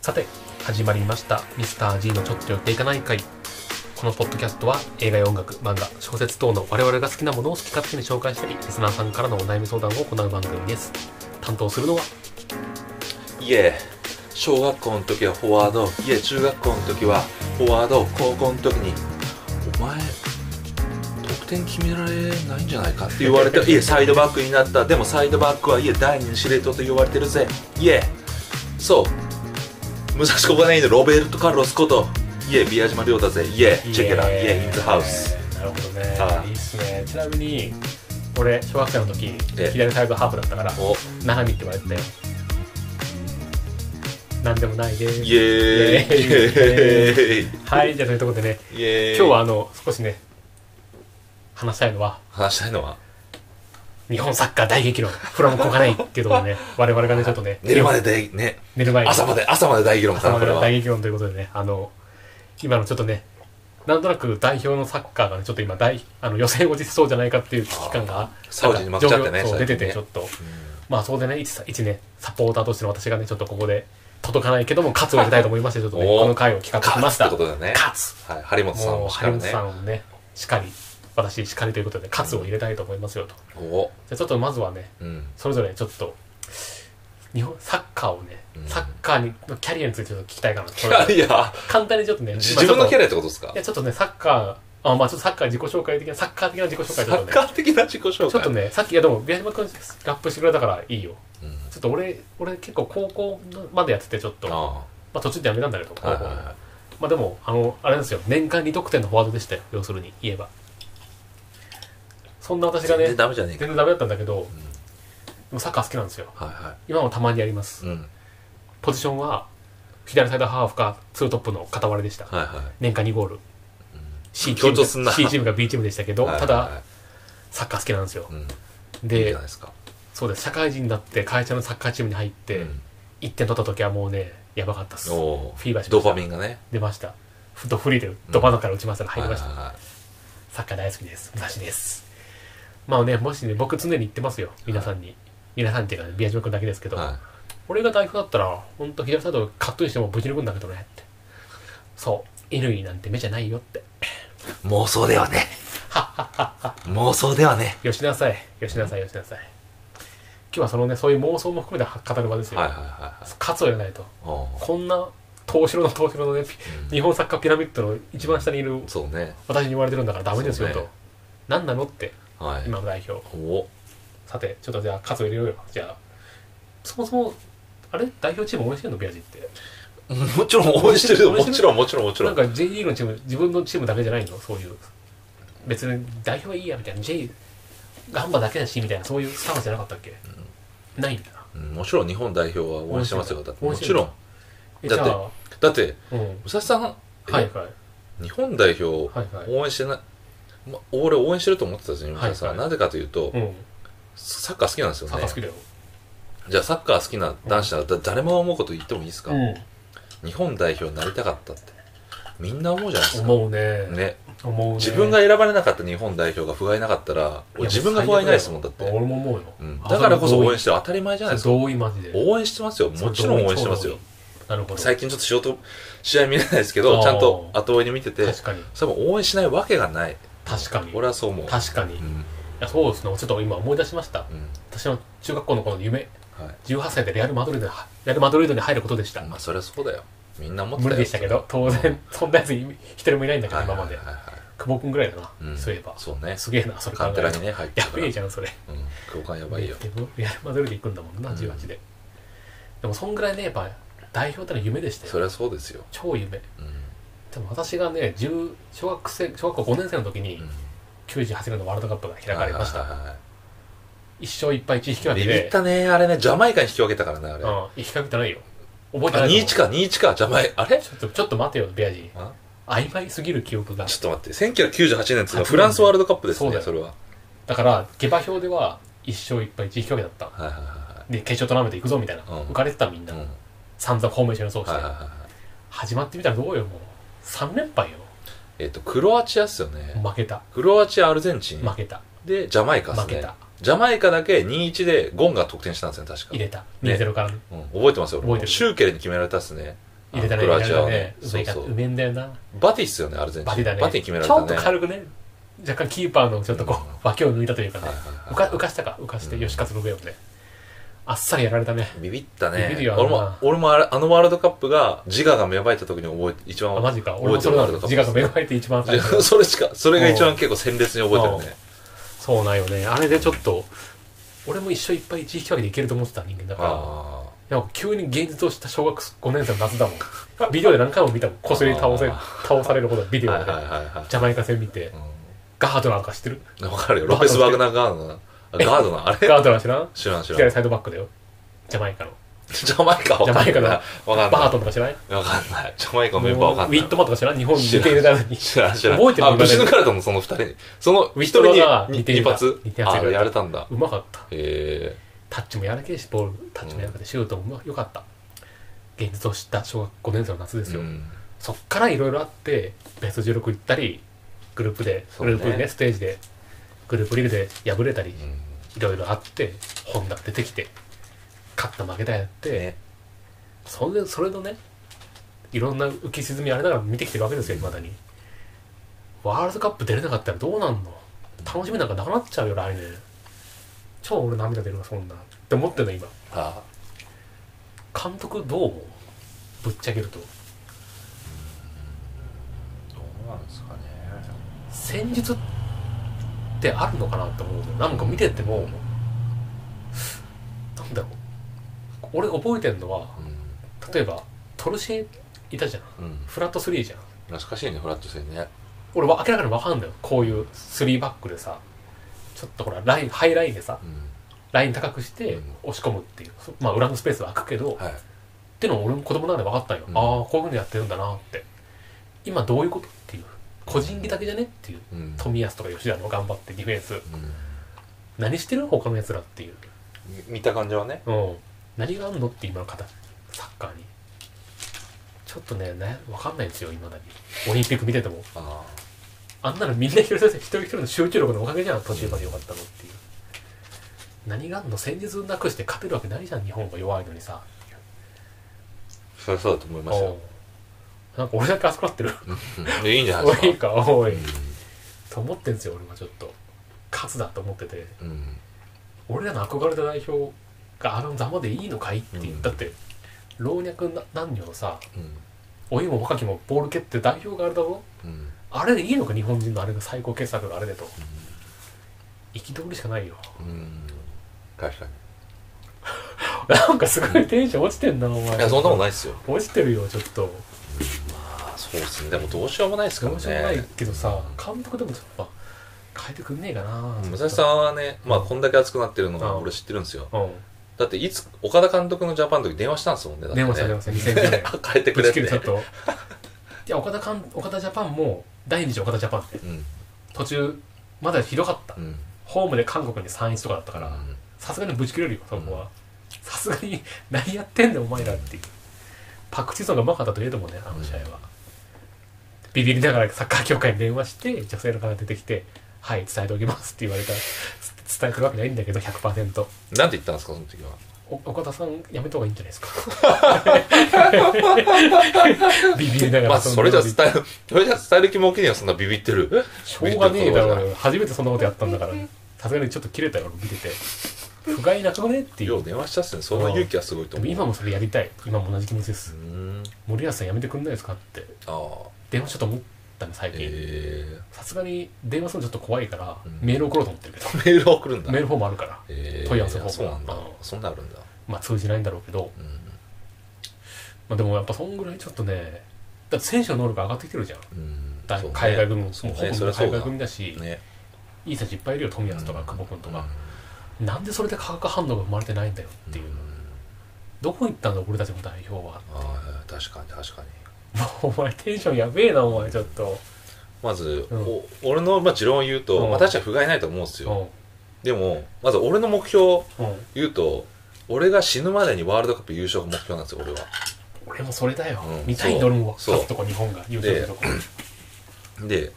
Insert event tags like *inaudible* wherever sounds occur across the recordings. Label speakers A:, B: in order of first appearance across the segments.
A: さて始まりました「Mr.G のちょっと寄っていかない会」このポッドキャストは映画や音楽漫画小説等の我々が好きなものを好き勝手に紹介したりリスナーさんからのお悩み相談を行う番組です担当するのはい
B: え小学校の時はフォワードいえ中学校の時はフォワード高校の時に「お前得点決められないんじゃないか」って言われて「いえサイドバックになったでもサイドバックはいえ第二の司令塔と言われてるぜいえそう武蔵小金井のロベルト・カルロスこといえ宮島亮だぜいえチェケラいえインズハウス
A: なるほどね
B: はい
A: いいっすねちなみに俺小学生の時
B: ええ
A: 左サイドハーフだったから
B: お
A: 「七海」って言われてたよなんでもないで
B: イエ
A: す
B: *laughs* ーイ
A: イエ
B: イエーイ
A: はいじゃあというところでね
B: イエーイ
A: 今日はあの少しね話したいのは
B: 話したいのは
A: 日本サッカー大激論フロム小金井っていうところで
B: *laughs*
A: ね我々がねちょっとね
B: 寝るまででね
A: 寝る前に
B: 朝まで朝まで大議論か
A: 朝
B: な
A: ま
B: こ
A: で
B: れ
A: の
B: は
A: 大激論ということでねあの今のちょっとねなんとなく代表のサッカーがねちょっと今大あの予選落ちそうじゃないかっていう危機感が
B: サウジに負けちゃってね
A: なんか状況そう
B: 最
A: 出
B: 近
A: て
B: ね
A: てちょっと、まあそこでね一さ一ねサポーターとしての私がねちょっとここで届かないけども勝つを得たいと思いましてちょっとね
B: おー
A: この回を企画しました
B: 勝つってことだね
A: 勝つ
B: はい、張本さん
A: もう
B: もしか
A: 張
B: ら
A: 本
B: ね
A: さんをねしっかり私しっかりということで勝つを入れたいと思いますよと、
B: お
A: じゃあちょっとまずはね
B: うん
A: それぞれちょっと日本サッカーをね、
B: うん
A: サッカーにのキャリアについてちょっと聞きたいかなと
B: いやいや
A: 簡単にちょっとね
B: 自分のキャ
A: リ
B: リアってことですか
A: いやちょっとねサッカーあまあちょっとサッカー自己紹介的なサッカー的な自己紹
B: サ
A: 介ちょっ
B: ッ
A: とね
B: カー的な自己紹介
A: ちょっとねさっきいやでも宮島君ラップしてくれたからいいよ
B: うん
A: ちょっと俺俺結構高校のまでやっててちょっとま
B: あ
A: あ途中でやめたんだけど
B: あ
A: 高
B: は
A: 校
B: いはいは
A: まあでもあのあれなんですよ年間2得点のフォワードでしたよ要するに言えばそんな私
B: い
A: が
B: 全
A: ね
B: 然ダメじゃねえ
A: 全然ダメだったんだけど、でもサッカー好きなんですよ
B: かはいは
A: 今もたまにやります
B: いうん
A: ポジションは左サイドハーフかツートップの片割れでした
B: はいは
A: 年間2ゴール C チ
B: 強調す
A: ー
B: ん
A: ム
B: な
A: C チームが B チームでしたけ
B: い
A: ど
B: は
A: た
B: いはい
A: だ
B: はい
A: サッカー好きなんですよ
B: うんいいじゃ
A: で
B: ないですか
A: そうです社会人になって会社のサッカーチームに入って
B: うん
A: 1点取った時はもうねやばかったっす
B: お
A: フ
B: お
A: ィーバーしま
B: ド
A: し
B: ーパ
A: た
B: ミンがね
A: 出ましたフットフリーでドバナから打ちましたから入りました
B: はいはいはい
A: サッカー大好きです。武蔵です。まあね、もしね、僕常に言ってますよ。皆さんに。皆さんっていうか、ね、宮島君だけですけど、
B: は
A: 俺が代表だったら、ほんと左サイドカットインしてもぶち抜くんだけどねって。そう、乾なんて目じゃないよって。
B: い妄想では
A: *laughs*
B: ね妄想ではね
A: よしなさい、よしなさい、よしなさい。今日はそのね、そういう妄想も含めた語る場ですよ。
B: はいはいはいはい
A: 勝つをやらないと。
B: おお
A: こんな、東城の東城のね、ピ日本サッカーピラミッドの一番下にいる
B: そうね
A: 私に言われてるんだからダメですよ
B: そう
A: と。
B: ね
A: なんなのって、
B: はい
A: 今の代表。
B: おお
A: さて、ちょっとじゃあ、数を入れようよ。じゃあ、そもそも、あれ代表チーム応援してんの、ビアジって。
B: もちろん応援してるもちろんもちろんもちろ
A: なん
B: ん
A: か J リーグのチーム、自分のチームだけじゃないの、そういう。別に代表いいやみたいな、J、ガンバだけだしみたいな、そういうスタンスじゃなかったっけ、ないんだな。
B: うんもちろん日本代表は応援してますよだって
A: 応
B: も
A: 援して
B: ち
A: る
B: ろん
A: え
B: だって
A: じゃあ、
B: だって
A: うん。
B: 武蔵さんは
A: はいはい。
B: 日本代表を
A: はいはい
B: 応援してない、ま、俺応援してると思ってたんですよ、
A: はいはい
B: 武蔵さんはなぜかというと、
A: うん。
B: サッカー好きなんですよ
A: サッカー好き
B: ね
A: だよ。
B: じゃあサッカー好きな男子ならだ誰も思うこと言ってもいいですか、
A: う
B: 日本代表になりたかったってみんな思うじゃないです
A: ん。
B: か、
A: 思うね。
B: ね、
A: 思うね。
B: 自分が選ばれなかった日本代表が不甲斐なかったら俺自分が不甲斐ないですもんだって、
A: 俺も思うよ。
B: うん、だからこそ応援してる当たり前じゃないですか
A: 同意マジで。
B: 応援してますよもちろん応援してますよ。
A: なるほど。
B: 最近ちょっと仕事試合見れないですけ
A: あー
B: どちゃんと後追いで見てて
A: 確かに。
B: 多分応援しないわけがない
A: 確かに。
B: 俺はそう思う
A: 確かに。
B: う
A: い
B: ん
A: や、そうですね。ちょっと今思い出しました。
B: うん
A: 私の中学校の頃の夢、
B: はい
A: 18歳でレアル・マドリードにレアルマドリードに入ることでした。
B: まあそりゃそうだよみんな持って
A: 無理でしたけど、当然、 *laughs* そんなやつ一人もいないんだけど、
B: はい
A: 今
B: はいは
A: ま
B: い
A: で。
B: は
A: 久保君ぐらいだな、
B: いん
A: そういえば。
B: そうね
A: すげえな、それ考
B: カン
A: え
B: テ
A: る
B: ラ
A: と
B: に。ね入って
A: や
B: たか
A: べ
B: ら
A: えじゃん、それ。
B: うん交換やばいよ
A: でもレアル・マドリード行くんだもんな、
B: うん
A: 18で。でも、そんぐらいね、やっぱ、代表ってのは夢でした
B: そ
A: よ。
B: りゃそうですよ
A: 超夢。
B: うん
A: でも私がね、10小学生、小学校5年生の時に
B: うん、
A: 98年のワールドカップが開かれまし
B: はい
A: た。
B: はいはい
A: 一生いっぱい一引き分
B: ビ
A: け
B: ビ
A: で
B: っ。たねあれねジャマイカに引き分けたからねあれ
A: うん、引きかけてないよ。覚えて
B: あ
A: ないと思う
B: 21か21かジャマイあれ
A: ちょっと、ちょっと待てよ、ビアジ
B: あ
A: 曖昧すぎる記憶が。
B: ちょっと待って1998年っていうのはフランスワールドカップです
A: そうだ
B: ね
A: よ
B: それは
A: だから、下馬評では、一勝一敗一引き分けだった。
B: はいはいは
A: で、決勝トーナメント行くぞ、みたいな。
B: うん
A: 浮かれてた、みん
B: い
A: な
B: はい。うん
A: 散々フォーメーション予想し
B: はいはい
A: て。
B: はい
A: 始まってみたらどうよ、もう。3連敗よ。
B: えっとクロアチアっすよね
A: 負けた。
B: クロアチアアルゼンチン
A: 負けた。
B: でジャマイカです
A: 負
B: ね
A: けた
B: ジャマイカだけ2-1でゴンが得点したんですね確か
A: 入れた
B: ね
A: 2-0からの
B: うん、覚えてますよ
A: 覚えてる
B: シューケルに決められたっすねあ
A: 入れ
B: の
A: たね
B: クロアチアは
A: ね
B: ね
A: うま
B: そう
A: いか
B: そう
A: うめえんだよな
B: バティっすよねアルゼンチン
A: バテだね
B: バティ決められ
A: ちょ
B: た
A: っと
B: ね
A: 軽くね若干キーパーのちょっとこう脇を抜いたというかね
B: はいはいはい
A: 浮か浮かしたか浮かして
B: うん
A: 吉勝の上をねあっさりやられたね
B: ビビったね
A: ビビるよな
B: 俺も俺もあれあのワールドカップが自我が芽生えた時に覚えて一番
A: あマジか俺
B: 覚
A: も
B: えて
A: そ
B: る
A: れ
B: ワ
A: な
B: ール
A: の
B: ドカ
A: 自
B: ップ
A: 我が芽生えて一番最初
B: *laughs* それしかそれが一番結構鮮烈に覚えてるね
A: そうなんよねあれでちょっと俺も一生いっぱい一引き分けでいけると思ってた人間だか
B: あ
A: らなんか急に現実をした小学5年生の夏だもんビデオで何回も見たもんこすり倒せ
B: あ
A: 倒されるほどビデ
B: あ
A: オ
B: はい
A: で
B: はいはいは
A: ジャマイカ戦見て
B: い
A: ガードなんか知ってる
B: うんわかるよロペス・ワグナー・ガー
A: *laughs*
B: ドナーあガードナーあれ
A: ガードなん知らん
B: 知らん知ら
A: 左
B: ん
A: サイドバックだよジャマイカの
B: ジャマイカわかんない
A: ジャマイカだ
B: わかん
A: バ
B: な
A: ートンとか知らない
B: いわかんないジャマイカメンバーわかんない
A: ウィットマンとか知らん日本に
B: 知らん
A: 抜け入れたのに
B: 知らん知らん
A: 覚えてる
B: あぶち抜かれたのその二人にその一人
A: ウィット
B: に
A: が似てる
B: 2発
A: 似てるやつ
B: あ
A: がいる
B: やれたんだ
A: うまかった
B: へ
A: タッチもやらけえしボールタッチもやらけてシュートもうまよかった現実を知った小学5年生の夏で
B: え
A: すよ、
B: うん
A: そっからいろいろあってベスト16行ったりグループで
B: そ
A: グ
B: うね
A: ループねステージでグループリーグで敗れたり
B: うん
A: いろいろあって本田出てきて勝った負けたやって、
B: ね
A: それでそれのねいろんな浮き沈みあれながら見てきてるわけですよいまだにワールドカップ出れなかったらどうなんの楽しみなんかなくなっちゃうよ来年超俺涙出るわそんなって思ってんの今
B: あ
A: 監督どう思うぶっちゃけると
B: どうなんですかね
A: 戦術ってあるのかなって思うのなんか見ててもなんだろう俺覚えてんのは例えばトルシエいたじゃん
B: うん、うん、
A: フラット3じゃん
B: 懐かしいねフラット戦ね
A: 俺は明らかに分かんだよこういう3バックでさちょっとほらラインハイラインでさ
B: うん
A: ライン高くして
B: うん
A: 押し込むっていう、そまあ裏のスペースは空くけど、っ
B: はい
A: てのを俺も子供なんで分かったんよ、
B: うん
A: ああこういうふうにやってるんだなって今どういうことっていう個人技だけじゃねっていう
B: うん
A: 冨安とか吉田の頑張ってディフェンス
B: うん
A: 何してる他のやつらっていう、
B: み見た感じはね
A: うん、何があんのって今の方サッカーにちょっとねね分かんないんですよ今だにオリンピック見てても
B: あ
A: あんなのみんな一人一人一人一人の集中力のおかげじゃん途中までよかったのっていう何があんの戦術なくして勝てるわけないじゃん日本が弱いのにさ
B: そりゃそうだと思いましたよ
A: うんなんか俺だけ熱くなってる
B: うんでいいんじゃない
A: 多
B: で
A: い
B: すか
A: か多いと思ってんすよ俺はちょっと勝つだと思ってて
B: うんうん
A: 俺らの憧れた代表があのざまでいいのかいっていう、
B: うん
A: だって老若男女のさ
B: うん
A: 老いも若きもボール蹴って代表があれだぞ
B: うん
A: あれでいいのか日本人のあれが最高傑作があれでと憤りしかないよ *laughs*
B: うん確かに
A: なんかすごいテンション落ちてんなお前
B: いやそんなことないっすよ
A: 落ちてるよちょっと
B: ああそうっすねでもどうしようもないっすから
A: どう
B: ね
A: しようもないけどさ監督でもやっぱ変えてくんねえかな
B: 武蔵さんはね、まあ、こんだけ熱くなってるのは俺知ってるんですよ。
A: うん
B: だって、いつ、岡田監督のジャパンの時電話したんですもんね。だって
A: 電
B: ね
A: 話した電話した2009年
B: *laughs* 帰ってく
A: ぶ
B: れ
A: ち
B: っ
A: 切
B: て。
A: るちょっといや岡田かん岡田ジャパンも第二次岡田ジャパンって
B: うん。
A: 途中まだひどかった
B: うん。
A: ホームで韓国に3 1とかだったから
B: うん
A: さすがにぶち切れるよそこはさすがに *laughs* 何やってんだよお前らっていうパク・チソンがうまかったといえどもねあの試合は、ビビりながらサッカー協会に電話して女性の方が出てきて「はい伝えておきます」って言われたらつ伝えてるわけないんだけど100%
B: なんて言ったんですか、その時は。
A: お岡田さんやめた方がいいんじゃな
B: *laughs*
A: いですかビビりながら
B: まあ、それじゃ
A: し
B: 伝える、 *laughs* それじゃ伝える気も起きねえよ、そんなビビってる。
A: ょうがねえだろうよ初めてそんなことやったんだからさすがにちょっと切れたよ俺見てて不甲斐なくねっていう
B: よう電話したっすね。その勇気はすごい
A: で
B: と思
A: も
B: う。
A: 今もそれやりたい今も同じ気持ちで
B: う
A: す
B: ん。
A: 森保さんやめてくんないですかって
B: ああ。
A: 電話ちょっと思ったの最近
B: え
A: さすがに電話するのちょっと怖いから、
B: うん
A: メール送ろうと思ってるけど
B: えメールを送るんだ。
A: メールフォームあるから
B: ええ
A: 問い合わせフォーム
B: そうなんだ
A: あの。
B: そんなんあるんだ。
A: まあ通じないんだろうけど、
B: うん。
A: まあ、でもやっぱそんぐらいちょっとねだって選手の能力上がってきてるじゃん
B: うん
A: だ
B: そうね
A: 海外組も、
B: そう
A: もうほ
B: ね、
A: ぼ
B: そりゃそ
A: 海
B: うだ
A: 外。組だし
B: ね。
A: いい選手いっぱいいるよ富安とか
B: うん
A: 久保君と
B: う
A: か、なんでそれで化学反応が生まれてないんだよっていう、どこ行ったんだ俺たちの代表は *laughs*
B: ああ、確かに確かに。
A: もうお前テンションやべえなお前ちょっと
B: まず、
A: うん
B: お俺の、まあ、持論を言うと、
A: うん
B: まあ、確かに不甲斐ないと思うんです
A: う
B: よ、
A: ん
B: でもまず俺の目標を
A: うん
B: 言うと俺が死ぬまでにワールドカップ優勝が目標なんですよ俺は
A: 俺もそれだよ、
B: うん
A: 見たいんだ俺も
B: そう
A: 勝つとこ日本が優勝するとこ
B: で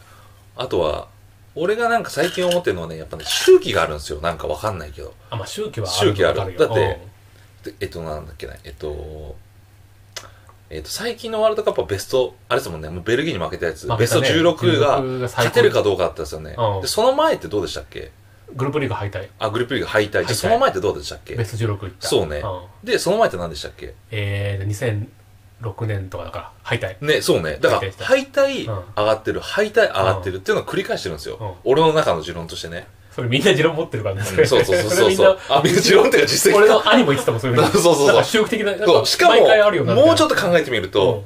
B: あとは俺がなんか最近思ってるのはね、やっぱね、周期があるんですよ。なんかわかんないけど。
A: あ、まあ、周期はある
B: 周期ある
A: わか
B: だってでえっと、なんだっけな、えっと、えっと、最近のワールドカップはベスト、あれですもんね、もうベルギーに負けたやつ、
A: 負
B: ベ
A: け
B: スト
A: たね
B: 16が
A: 16が最高
B: 勝てるかどうかだったんですよね。
A: うん
B: で、その前ってどうでしたっけ
A: うんグループリーグ敗退。
B: あ、グループリーグ敗退。
A: 敗
B: じゃ
A: 退
B: あその前ってどうでしたっけ
A: ベスト16いった。
B: そうね
A: ん
B: で、その前って何でしたっけ
A: えー、2006年とかだから、敗退。
B: ね、そうね。だから、敗
A: 敗
B: 退
A: うん
B: 上がってる、敗退上がってるっていうのを繰り返してるんですよ。
A: うん
B: 俺の中の持論としてね。
A: それみんな持論持ってるからね。 *laughs*
B: うんそうそうそうそ
A: れ
B: う。
A: みん
B: そう
A: な
B: あ、持論っていうか実績
A: 俺の兄も言ってたもん、そういうふうに
B: *laughs* そうそうそう
A: なんか周期的な、なん
B: そう
A: か
B: しかも
A: 毎回あるよ、な
B: もうちょっ
A: と
B: と考えてみると、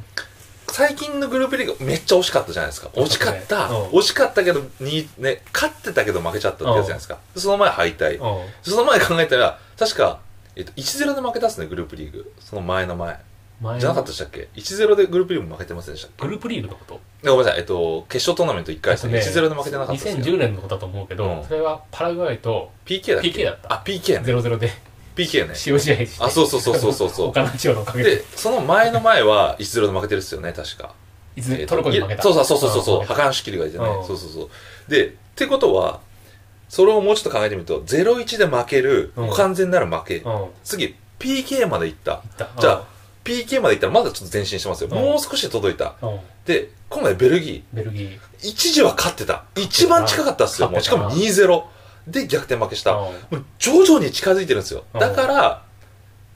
B: 最近のグループリーグめっちゃ惜しかったじゃないですか。惜しかった。
A: うん
B: 惜しかったけど、に、ね、勝ってたけど負けちゃったってやつじゃないですか。でその前敗退。
A: うん。うん
B: その前考えたら、確か、えっと、1-0で負けたっすね、グループリーグ。その前の前。
A: 前の
B: じゃなかったでしたっけ ?1-0 でグループリーグ負けてませんでしたっけ
A: グループリーグのこと
B: ごめんなさい、えっと、決勝トーナメント1回戦、
A: えっとね
B: 1-0で負けてなかったですけど。
A: 2010年のことだと思うけど、
B: うん
A: それはパラグアイと
B: PK だっけ
A: PK だった
B: あ、PK ね。
A: 0-0で
B: PK ね。
A: 使用試合して
B: あ、そうそうそうそうそうそう。
A: 他のチームのおかげで
B: で、その前の前は1-0で負けてるっすよね、確か。
A: いずれトルコに負け
B: いや
A: た
B: そうそうそうそうそう。
A: ん
B: 破壊しきりがいてね
A: う。ん
B: そうそうそう。で、ってことは、それをもうちょっと考えてみると、0-1で負ける、
A: うん
B: もう完全なる負け
A: う。ん行っ
B: 次、PK まで行った。
A: た
B: じゃあ、PK まで行ったらまだちょっと前進してますよ。
A: うん
B: もう少しで届いた。
A: うんうん
B: で、今回ベルギ
A: ベルギー
B: ー、一時は勝ってた。一番近かったっすよ。もうし
A: 勝
B: か
A: ってた
B: も2-0。で、逆転負けした。も
A: うん
B: う徐々に近づいてるんですよ。
A: うん
B: だから、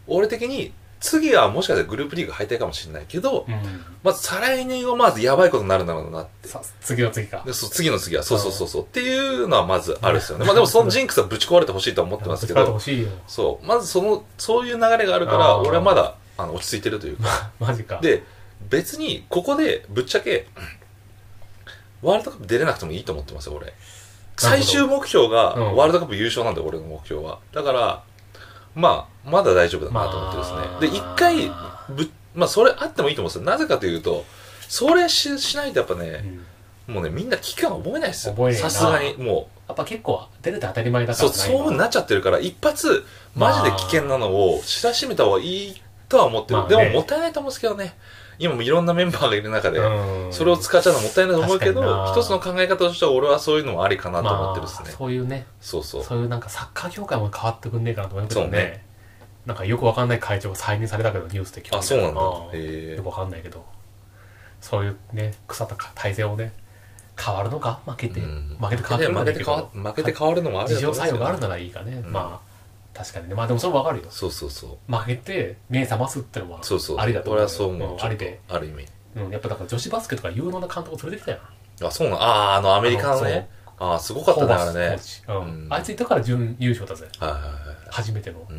B: 俺的に、次はもしかしたらグループリーグ敗退かもしれないけど、
A: うん
B: まず再来年はまずやばいことになるんだろうなって。
A: さ次の次か
B: でそう次の次は、そうそうそうそう。っていうのはまずあるですよね。まあでもそのジンクスはぶち壊れてほしいとは思ってます
A: *laughs*
B: け
A: 使って
B: ど
A: ほ、しいよ
B: そう。まずその、そういう流れがあるから、
A: あー
B: 俺はまだ、あの、落ち着いてるというか。
A: マジか
B: で、別に、ここで、ぶっちゃけ、ワールドカップ出れなくてもいいと思ってますよ、俺。最終目標が、
A: うん
B: ワールドカップ優勝なんだよ、俺の目標は。だから、まあ、まだ大丈夫だなと思って
A: まあ
B: ですね。で、一回、ぶ、まあ、それあってもいいと思うんですよ。なぜかというと、それししないとやっぱね、
A: うん
B: もうね、みんな危機感覚えないですよ
A: 覚え。ねえな
B: さすがに。も
A: やっぱ結構出るって当たり前
B: う、
A: だか
B: そ
A: ら
B: う、そう
A: な
B: なっちゃってるから、一発、マジで危険なのを知らしめた方がいいとは思ってる。
A: まあね
B: でも、もったいないと思うんですけどね。今もいろんなメンバーがいる中で、
A: うん
B: それを使っちゃうのもったいないと思うけど
A: 確かに、な
B: 一つの考え方としては俺はそういうのもありかなと思ってるですね。
A: まあそういうね
B: そうそう。
A: そういうなんかサッカー業界も変わってくんねえかなと思うけど
B: そう
A: ね
B: ね
A: なんかよくわかんない会長が再任されたけどニュースで聞く
B: あ、そうなんだ。
A: よ
B: へえ
A: く。わかんないけどそういうね腐った体制をね変わるのか負けて、
B: うん
A: 負けて変わってる
B: 負
A: の
B: けて変わ、負けて変わるのもある
A: 事情作用がある
B: だ
A: ならいいかね、
B: うん
A: まあ確かにねまあでもそれもわかるよ
B: そうそうそう。
A: 負けて目覚ますってのは
B: そうそう。
A: ありだと思う
B: 俺はそう思う。
A: ん
B: ちょ
A: あ
B: っ
A: り
B: と
A: で、
B: ある意味。
A: うん、やっぱだから女子バスケとか有能な監督連れてきたよ
B: あ、そうなんああー、あの、アメリカのね。ああー、すごかったね、あれね。
A: うん
B: うん
A: あいついたから準優勝だぜ
B: はいはいはい。
A: 初めての
B: うん。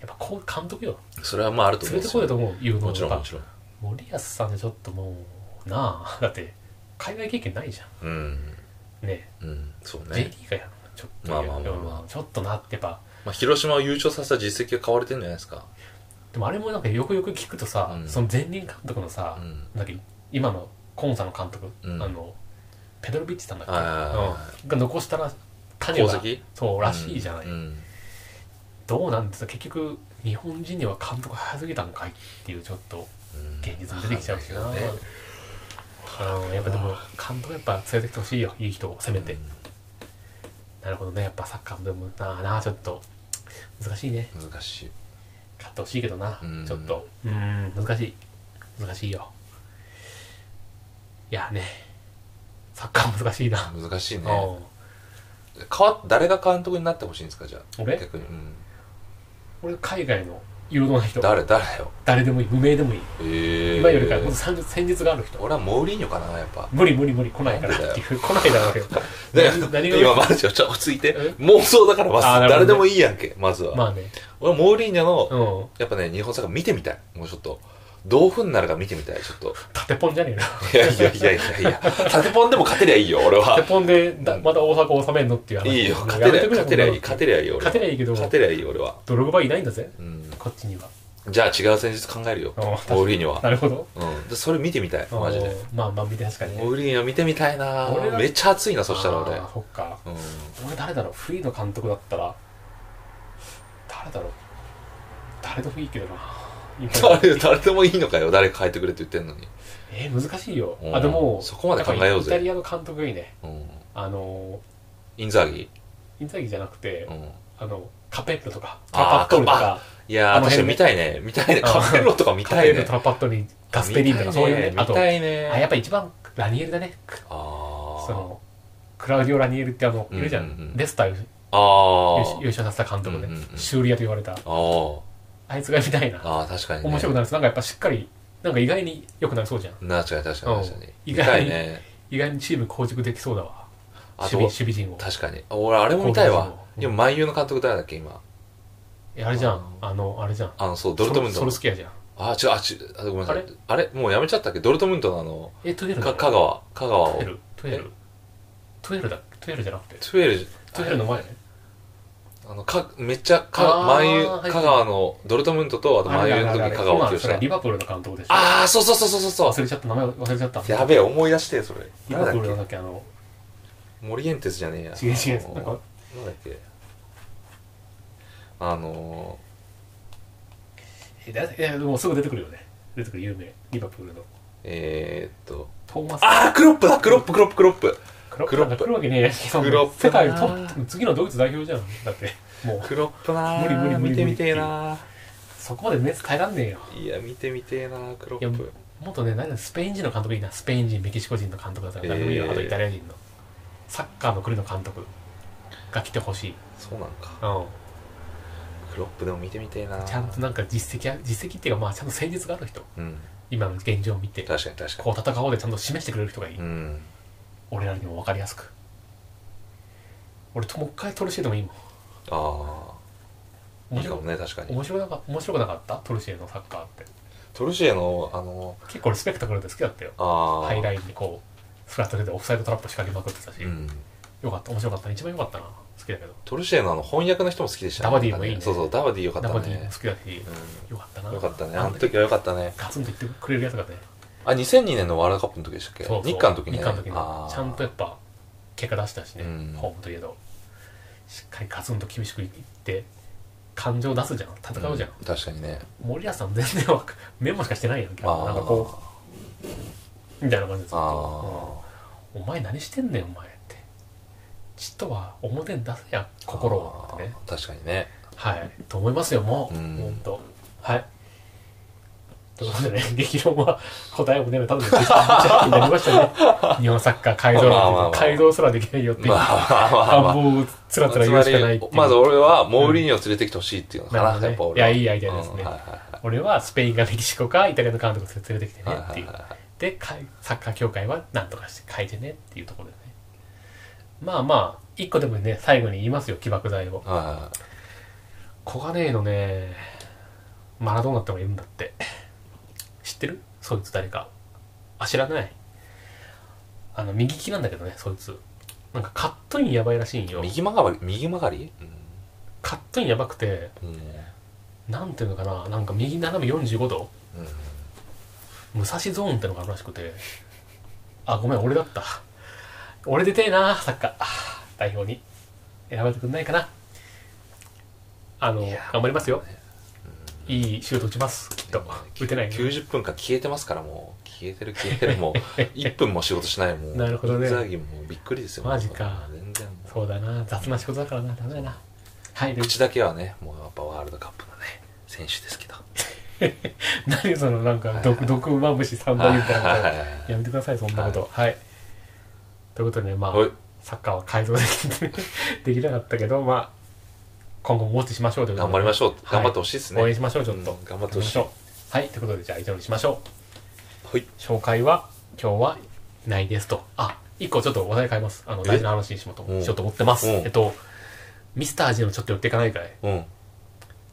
A: やっぱこう監督よ
B: それはまああると思
A: 連れ
B: うんで
A: て
B: す
A: こ
B: よ。
A: ようと思う有能な
B: もちろんもちろん。
A: 森保さんでちょっともうなあだって海外経験ないじゃ
B: うん。
A: んね
B: うん。そうね
A: J。リーがやるのちょっと、
B: まあまあまあま
A: うんちょっとなってやっぱ
B: まあ、広島を優勝させた実績が買われてるんじゃないですか。
A: でもあれもなんかよくよく聞くとさ、
B: うん
A: その前任監督のさ
B: う、ん。
A: なんか今のコンサの監督、
B: うん
A: あのペドロビッチさんだっけ、
B: はいはいはいは
A: うんが残したら種
B: 功
A: が
B: 績
A: そうらしいじゃない、
B: うんうん
A: どうなんですか結局日本人には監督早すぎたんかいっていうちょっと
B: うん
A: 現実も出てきちゃうしな、
B: わかんないけどね
A: うんやっぱでも監督やっぱ連れてきてほしいよいい人をせめて、なるほどねやっぱサッカーでもなあなあちょっと難しいね
B: うん難しい。
A: 勝ってほしいけどな、
B: うん
A: ちょっとうん難しい難しいよいやねサッカー難しいな、
B: 難しいね。
A: うん
B: 変わ誰が監督になってほしいんですか、じゃあ。
A: 俺
B: 逆に。うん。
A: 俺海外の有能な人
B: 誰、誰よ。
A: 誰でもいい無名でもいい、
B: ええ。
A: 今よりかもっと戦戦術がある人
B: 俺はモーリーニョかな、やっぱ。
A: 無理無理無理来ないからっていう来ないだろ
B: *laughs*
A: うよ
B: で
A: 何何が
B: 今、まずよ、ちょ、落ち着いて
A: え。
B: 妄想だから、まず
A: あーなるほど
B: 誰
A: ね
B: でもいいやんけ、まずは。
A: まあね
B: 俺はモーリーニョの
A: う、ん
B: やっぱね、日本サッカー見てみたい。もうちょっと。どういう風になるか見てみたい、ちょっと。
A: 縦ポンじゃねえない
B: やいやいやいやいや、縦ポンでも勝てりゃいいよ、俺は
A: 縦。ポンでだまた大阪を治めんのっていう話
B: *laughs* いいよ、
A: もう
B: 勝てり
A: や
B: ゃ、
A: め
B: 勝
A: く
B: て
A: れ
B: りゃ
A: よ
B: いい、勝てりゃいいよ、俺は。
A: 勝てりゃいいけど
B: 勝てりゃいいよ、俺は。
A: ドルゴバいないんだぜ
B: うん。
A: こっちには
B: じゃあ違う戦術考えるよ、
A: うん
B: モーリーニョは。
A: なるほど
B: うん。で、それ見てみたい、マジで。
A: うんまあまあ見て確かにね
B: モーリーニョ見てみたいな
A: 俺ら
B: めっちゃ熱いな、そしたら俺
A: あー。そっか
B: うん。
A: 俺誰だろうフリーの監督だったら誰だろう誰でもいいけどな
B: 誰誰でもいいのかよ誰か書いてくれって言ってんのに、
A: えー難しいよ
B: う。ん
A: あ、でも、
B: そこまで考え
A: やっぱ
B: ようぜ
A: りイタリアの監督がいいね。
B: うん、
A: あの
B: インザーギ、
A: ー、インザギじゃなくて
B: う、ん、
A: あの、カペッロとか、トラパ
B: あー
A: ットーリとか、
B: い
A: あ
B: やー
A: の
B: 確か
A: 辺
B: に
A: ね
B: 見たいね見たいねカフェロとか見
A: カ
B: た
A: ペ
B: い
A: ッロ、
B: ね
A: トラパットに、ガスペリーニとか、そういうね。あ
B: 見
A: と、
B: た
A: あ
B: いね
A: やっぱ一番、ラニエルだね。
B: あー
A: その、クラウディオ・ラニエルってあの、いるじゃ
B: うんうんうんん。
A: レスター優
B: あー
A: 優勝させた監督
B: うんうんう
A: ね。
B: ん
A: シューリアと言われた。
B: あー
A: あいつが見たいな。
B: あー確かにね
A: 面白くなるし、なんかやっぱしっかり、なんか意外に良くなりそうじゃん。
B: 確かに確かに確かに、
A: うん
B: 見たい
A: 意
B: ね
A: 意外にチーム構築できそうだわ。
B: あ
A: 守
B: と
A: 備、守備陣を。
B: 確かに俺あれも見たいわ
A: 攻撃陣を
B: でも万有の監督誰だっけ今
A: えあれじゃん。あの、あれじゃん。
B: あのそうドルトムン
A: ソル
B: トの
A: ソルスケアじゃん。
B: あ違うあ違うあごめんなさい
A: あれ
B: あれもうやめちゃったっけドルトムントのあの
A: え、トゥエル
B: か
A: だ
B: 香川香川
A: ト
B: を
A: ゥエルトゥエルトゥエルだトゥエルじゃなくて。
B: トゥエル
A: トゥエルの前ね。
B: あのかめっちゃか
A: あー
B: 万有
A: はい
B: 香川のドルトムントとあと万有の時に香川を起
A: 今
B: 用し
A: それ
B: た
A: リバプールの監督でしょ。
B: ああそうそうそうそうそう
A: 忘
B: そ
A: れちゃった。名前忘れちゃった。
B: うやべえ思い出してそれ
A: リ
B: 誰
A: バ
B: だ
A: プ
B: っ
A: ールの
B: け
A: だっけ、あの、
B: モリエンテスじゃねえや
A: 違う違う。なん
B: あの
A: か、
B: なんだっけあの
A: え、だいやでもすぐ出てくるよね。出てくる有名。リバプールの。
B: えー、っと
A: トーマス。
B: ああクロップだクロップクロップクロップ
A: クロ
B: クロップ
A: なんか来るわけねえやそんな
B: クロップ
A: 世
B: な
A: 界のトップ、次のドイツ代表じゃん。だって、もう、
B: クロップなー
A: 無理無理無理
B: 見てみてえな
A: そこまで熱耐えらんねえよ。
B: ーいや見てみてえなークロ
A: いや
B: ップ
A: もっとね、なんだスペイン人の監督いいな。スペイン人、メキシコ人の監督だったら、ラグビー
B: え
A: の、
B: ー
A: あとイタリア人の。サッカーの国の監督が来てほしい。
B: そうなんか
A: うん。
B: クロップでも見てみてえなー
A: ちゃんとなんか実績や、実績っていうか、まあ、ちゃんと戦術がある人。
B: うん
A: 今の現状を見て、
B: 確かに確か
A: こう戦おうでちゃんと示してくれる人がいい。
B: にうん
A: 俺らにも分かりやすく。俺ともう一回トルシエでもいいもん。
B: ああい
A: 面
B: いか
A: 白
B: もね確かに
A: 面白くなか面白くなかったトルシエのサッカーって。
B: トルシエのあの
A: 結構俺スペクタクルで好きだったよ。
B: ああ
A: ハイラインにこう、フラットでオフサイドトラップ仕掛けまくってたし、
B: うん
A: よかった、面白かった、一番よかったな。好きだけど。
B: トルシエのあの翻訳の人も好きでしたね
A: ダバディもいいね
B: そうそうダバディよかった
A: ダ
B: ね
A: バディも好きだし、よかったな。
B: うんよかったね
A: あ
B: あ
A: の
B: の
A: 時
B: 時はよかったね
A: ガツンと言ってくれるやつがね、
B: あ2002年のワールドカップの時でしたっけ
A: そうそう
B: 日韓の時ね
A: 日韓の時に
B: あー
A: ちゃんとやっぱ、結果出したしね、
B: うん
A: ホームといえど、しっかりガツンと厳しくいって、感情出すじゃん、戦うじゃん。
B: ん確かにね
A: 森保さん全然わかメモしかしてないやん、
B: あー
A: なんかこう、みたいな感じです
B: あ
A: お前何してんねんお前ってちっとは表に出せや心をってね
B: あー確かにね
A: はいと思いますよもう
B: うん
A: 本当はいということでね激論は答えも出るただの実感になりました
B: *laughs*
A: ね日本サッカー改造
B: まあまあま
A: なん
B: あ
A: て改造すらできないよっていう
B: まあまあま
A: 願
B: あまあ
A: 望をつらつら
B: つ
A: 言う
B: ま
A: しかないっ
B: り
A: ていう
B: まず俺はモーリーニョを連れてきてほしいっていうのか
A: なるほ
B: な、
A: どね
B: やっぱ俺はい
A: やいいアイデアですね
B: うんはいはいはい
A: 俺はスペインがメキシコかイタリアの監督と連れてきてねっていう
B: はいはいはいはい
A: でかいサッカー協会はなんとかして変えてねっていうところでねまあまあ一個でもね最後に言いますよ起爆剤を
B: はいはいはい
A: コガネーのねマラドーナってのがいるんだって知ってるそいつ誰かあ知らないあの右利きなんだけどねそいつなんかカットインやばいらしいんよ
B: 右曲がり右曲がり
A: カットインやばくて
B: うんうん
A: なんていうのかななんか右斜め45度
B: うん
A: 武蔵ゾーンってのがあるらしくてあごめん俺だった俺出てえなサッカーあ代表に選ばれてくんないかなあの頑張りますよ、いいシュート打ちますきっと打てないけど
B: 90分間消えてますからもう消えてる消えて
A: *laughs*
B: るもう1分も仕事しないもう
A: なるほどね
B: インザーギもびっくりですよ
A: マジか
B: 全然もう
A: そうだな雑な仕事だからなダメだなはいで
B: 口だけはねもうやっぱワールドカップのね選手ですけど
A: 何そのなんか毒毒馬虫三大みたいなことやめてくださいそんなことはい、ということでねまあ、
B: はい
A: サッカーは改造できできな *laughs* かったけどまあ今後もウォッチしましょうということ
B: 頑
A: で
B: 張りましょう
A: はい
B: 頑張ってほしいですね
A: 応
B: は
A: 援
B: い
A: しましょうちょっと、
B: うん頑張ってほしい
A: やりまょうはいということでじゃあ以上にしましょう紹介は今日はないですとあ一個ちょっと話題変えますあの
B: え
A: 大事な話にしようと
B: うん
A: しようと思ってます
B: うん
A: えっとミスター G のちょっと寄っていかないからい
B: うん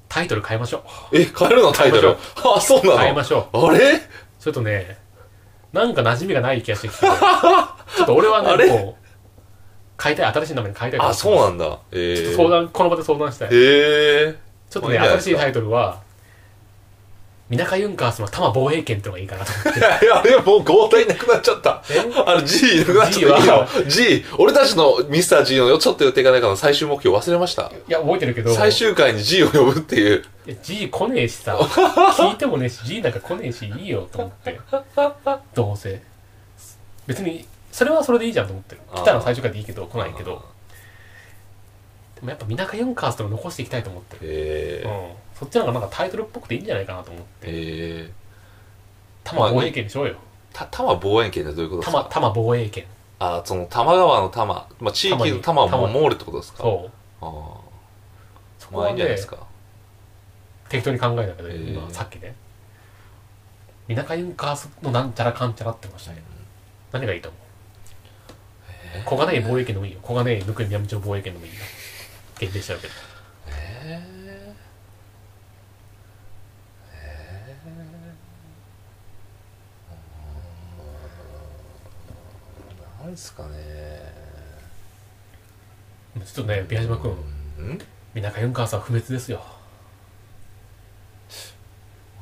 A: タイトル変えましょう
B: え変えるのタイトルあそうな
A: 変え
B: の
A: ましょ
B: あれ
A: うちょっとねなんか馴染みがない気が
B: *laughs*
A: してきてちょっと俺は
B: あ
A: ね
B: れ
A: もう変えたい新しい名前に変えたいから
B: あそうなんだえ
A: ちょっ
B: え
A: と相談この場で相談したい
B: へえ
A: ちょっとね、
B: まあいいん
A: 新
B: じ
A: しい
B: ゃな
A: タ
B: い
A: イトルは、みなかユンカースの多摩防衛圏ってのがいいかなと思
B: *laughs*
A: って。
B: いやあれもう合体なくなっちゃった
A: え
B: あの G なくなっちゃった今 G 俺たちのミスター G のちょっと寄っていかないかの最終目標忘れました
A: いや、覚えてるけど、
B: 最終回に G を呼ぶっていう
A: や G 来ねえし
B: *laughs*
A: さ聞いてもねえし G なんか来ねえしいいよと思ってどうせ別にそれはそれでいいじゃんと思ってる来たら最初からでいいけど来ないけどでもやっぱみなか4カースとか残していきたいと思ってる、
B: え
A: う
B: ー、
A: ん、そっちの方がなんかタイトルっぽくていいんじゃないかなと思う
B: えー、
A: 多摩防衛圏にしようよ
B: た多摩望遠圏ってどういうこと
A: 多
B: です
A: 摩
B: か
A: 多摩防衛圏
B: あその多摩川の多摩、まあ、地域の多摩
A: 多摩
B: を
A: に
B: 守るってことですか
A: そう
B: あ
A: そ
B: ー
A: こ
B: まあい
A: はい
B: んじゃない
A: ね
B: ですか
A: 適当に考えたけど、
B: えー
A: 今さっきねみなか4カースのなんちゃらかんちゃらってましたね何がいいと思う
B: え
A: 小金井防衛圏でもいいよ小金井ぬくい南町防衛圏でもいいよ限定しちゃうけど
B: えー、なんですかね
A: ちょっとね宮島君
B: うん
A: みなか4カースは不滅ですよ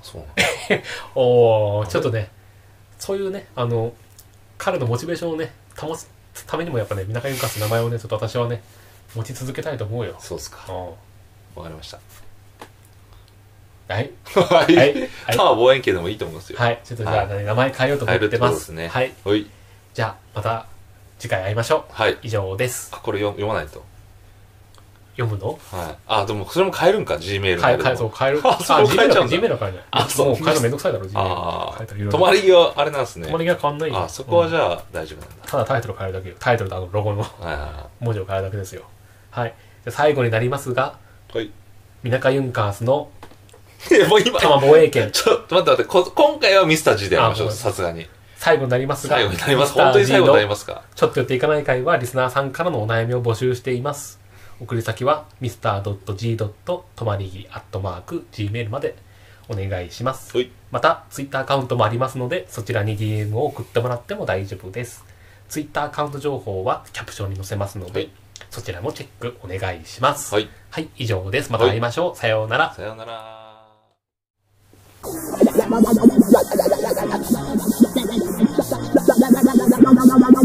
B: そうなの
A: おおちょっとねそういうねあの彼のモチベーションをね保つためにもやっぱねみなか4カースの名前をねちょっと私はね持ち続けたいと思うよ
B: そうっすか
A: うん
B: わかりました
A: はい
B: はい
A: はい
B: *laughs* 多摩望遠圏でもいいと思いますよ
A: はいちょっとじゃあ、ね名前変えようと思ってま
B: 変えるってことですすね
A: はい
B: はい
A: じゃあまた次回会いましょう
B: はい
A: 以上です
B: あこれ読読まないと
A: 読むの
B: はいあでもそれも変えるんか G メール
A: 変え変えそう変える
B: あそう変えちゃうんだ
A: Gmail は変えない
B: あそう
A: もう変えるのめんどくさいだろ Gmail
B: あ
A: 変
B: あ
A: えたらいろい
B: 泊
A: ろ
B: まりがあれなんですね
A: 止まりが変わんないよ
B: あそこはじ
A: ゃ、
B: ゃあ大丈夫なん
A: うんただタイトル変えるだけよタイトルとあのロゴの *laughs*
B: だはいは
A: 文字を変えるだけですよはいじゃあ最後になりますが
B: いはい *laughs*
A: みなかユンカースの
B: いやもう今
A: 多摩防衛圏
B: ちょっと待って待ってこ今回はミスター G でやりましょ
A: あ
B: う
A: そう
B: さすがに
A: 最後になりますが
B: 最後になります
A: ミスター
B: 本当に最後になりますすか
A: ちょっと寄っていかない会はリスナーさんからのお悩みを募集しています送り先は mr.g.tomarigi.gmail までお願いします
B: はい
A: また、ツイッターアカウントもありますので、そちらに DM を送ってもらっても大丈夫です。ツイッターアカウント情報はキャプションに載せますので、
B: はい
A: そちらもチェックお願いします。、
B: はいい
A: 以上です。また会いましょう。さようなら。
B: さようなら
C: 「